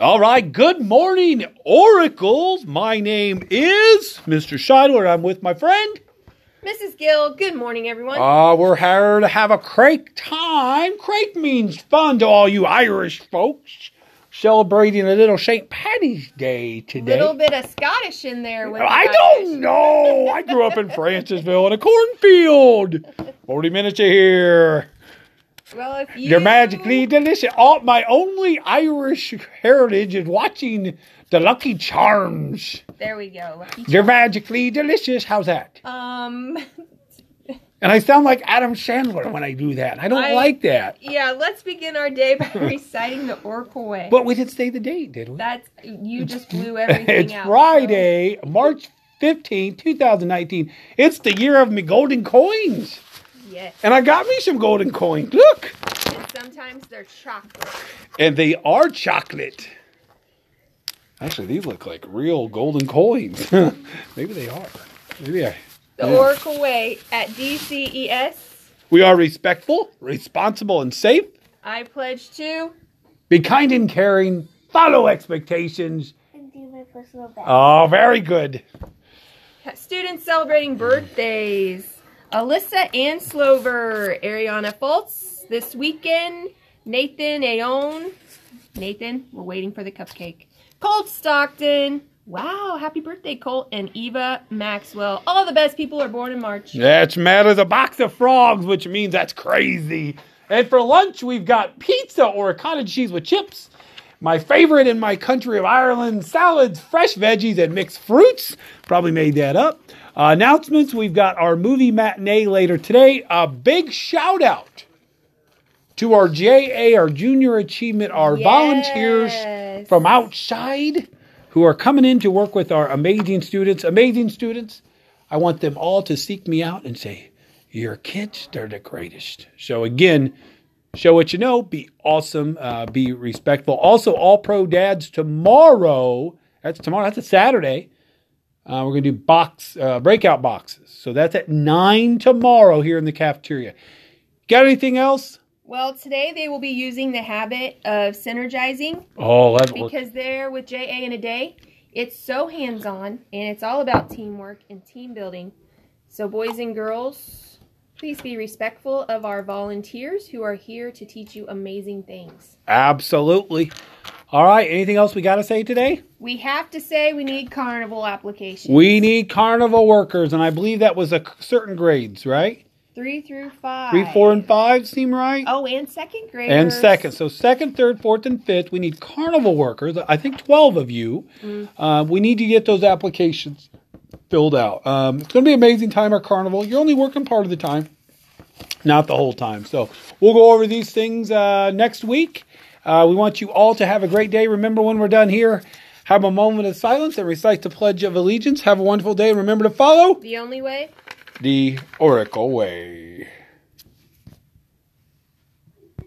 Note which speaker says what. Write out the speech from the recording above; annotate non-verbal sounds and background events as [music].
Speaker 1: All right, good morning, Oracles. My name is Mr. Scheidler. I'm with my friend.
Speaker 2: Mrs. Gill, good morning, everyone.
Speaker 1: Uh, we're here to have a crake time. Crake means fun to all you Irish folks. Celebrating a little St. Patty's Day today.
Speaker 2: little bit of Scottish in there. With the
Speaker 1: I
Speaker 2: Irish.
Speaker 1: don't know. I grew up in Francisville in a cornfield. 40 minutes of here.
Speaker 2: Well, if you
Speaker 1: You're magically delicious. All, my only Irish heritage is watching the Lucky Charms.
Speaker 2: there we go. Lucky.
Speaker 1: You're magically delicious. How's that?
Speaker 2: Um, [laughs]
Speaker 1: And I sound like Adam Sandler when I do that. I don't
Speaker 2: I-
Speaker 1: like that.
Speaker 2: yeah. Let's begin our
Speaker 1: [laughs]
Speaker 2: day by reciting the Oracle way.
Speaker 1: But we did say the date, did we?
Speaker 2: That's
Speaker 1: [laughs]
Speaker 2: you just blew everything
Speaker 1: It's
Speaker 2: out.
Speaker 1: Friday, March 15, 2019. It's the year of me golden coins.
Speaker 2: So, yes.
Speaker 1: And I got me some golden coins. Look.
Speaker 2: And sometimes they're chocolate.
Speaker 1: And they are chocolate. Actually, these look like real golden coins. [laughs] Maybe they are. Maybe I.
Speaker 2: The
Speaker 1: Yeah.
Speaker 2: Oracle way at E DCES.
Speaker 1: We are respectful, responsible, and safe.
Speaker 2: I pledge to.
Speaker 1: Be kind and caring. Follow expectations.
Speaker 3: and do my personal best.
Speaker 1: Oh, very good.
Speaker 2: Students celebrating birthdays. Alyssa Anslover, Ariana Fultz this weekend. Nathan Aon. Nathan, we're waiting for the cupcake. Colt Stockton. Wow, happy birthday, Colt and Eva Maxwell. All the best people are born in March.
Speaker 1: That's mad as a box of frogs, which means that's crazy. And for lunch, we've got pizza or cottage cheese with chips. My favorite in my country of Ireland salads, fresh veggies, and mixed fruits. Probably made that up. Uh, announcements we've got our movie matinee later today. A big shout out to our JA, our Junior Achievement, our volunteers
Speaker 2: Yes.
Speaker 1: from outside who are coming in to work with our amazing students. Amazing students. I want them all to seek me out and say, Your kids, they're the greatest. So, again, show what you know, be awesome, uh, be respectful. Also, All Pro Dads tomorrow. That's tomorrow, that's a Saturday. Uh, we're going to do box uh, breakout boxes. So that's at 9 tomorrow here in the cafeteria. Got anything else?
Speaker 2: Well, today they will be using the habit of synergizing
Speaker 1: Oh, that
Speaker 2: because they're with JA in a day. It's so hands on and it's all about teamwork and team building. So, boys and girls, please be respectful of our volunteers who are here to teach you amazing things.
Speaker 1: absolutely. All right, anything else we got to say today?
Speaker 2: We have to say we need carnival applications.
Speaker 1: We need carnival workers, and I believe that was a c- certain grades, right?
Speaker 2: Three through five.
Speaker 1: Three, four, and five seem right.
Speaker 2: Oh, and second grade.
Speaker 1: and second, so second, third, fourth, and fifth, we need carnival workers. I think twelve of you. Uh, we need to get those applications filled out. Um, it's going to be an amazing time at carnival. You're only working part of the time, not the whole time. So we'll go over these things uh, next week. Uh, we want you all to have a great day. Remember, when we're done here, have a moment of silence and recite the Pledge of Allegiance. Have a wonderful day. and Remember to follow
Speaker 2: The only way
Speaker 1: the Oracle Way.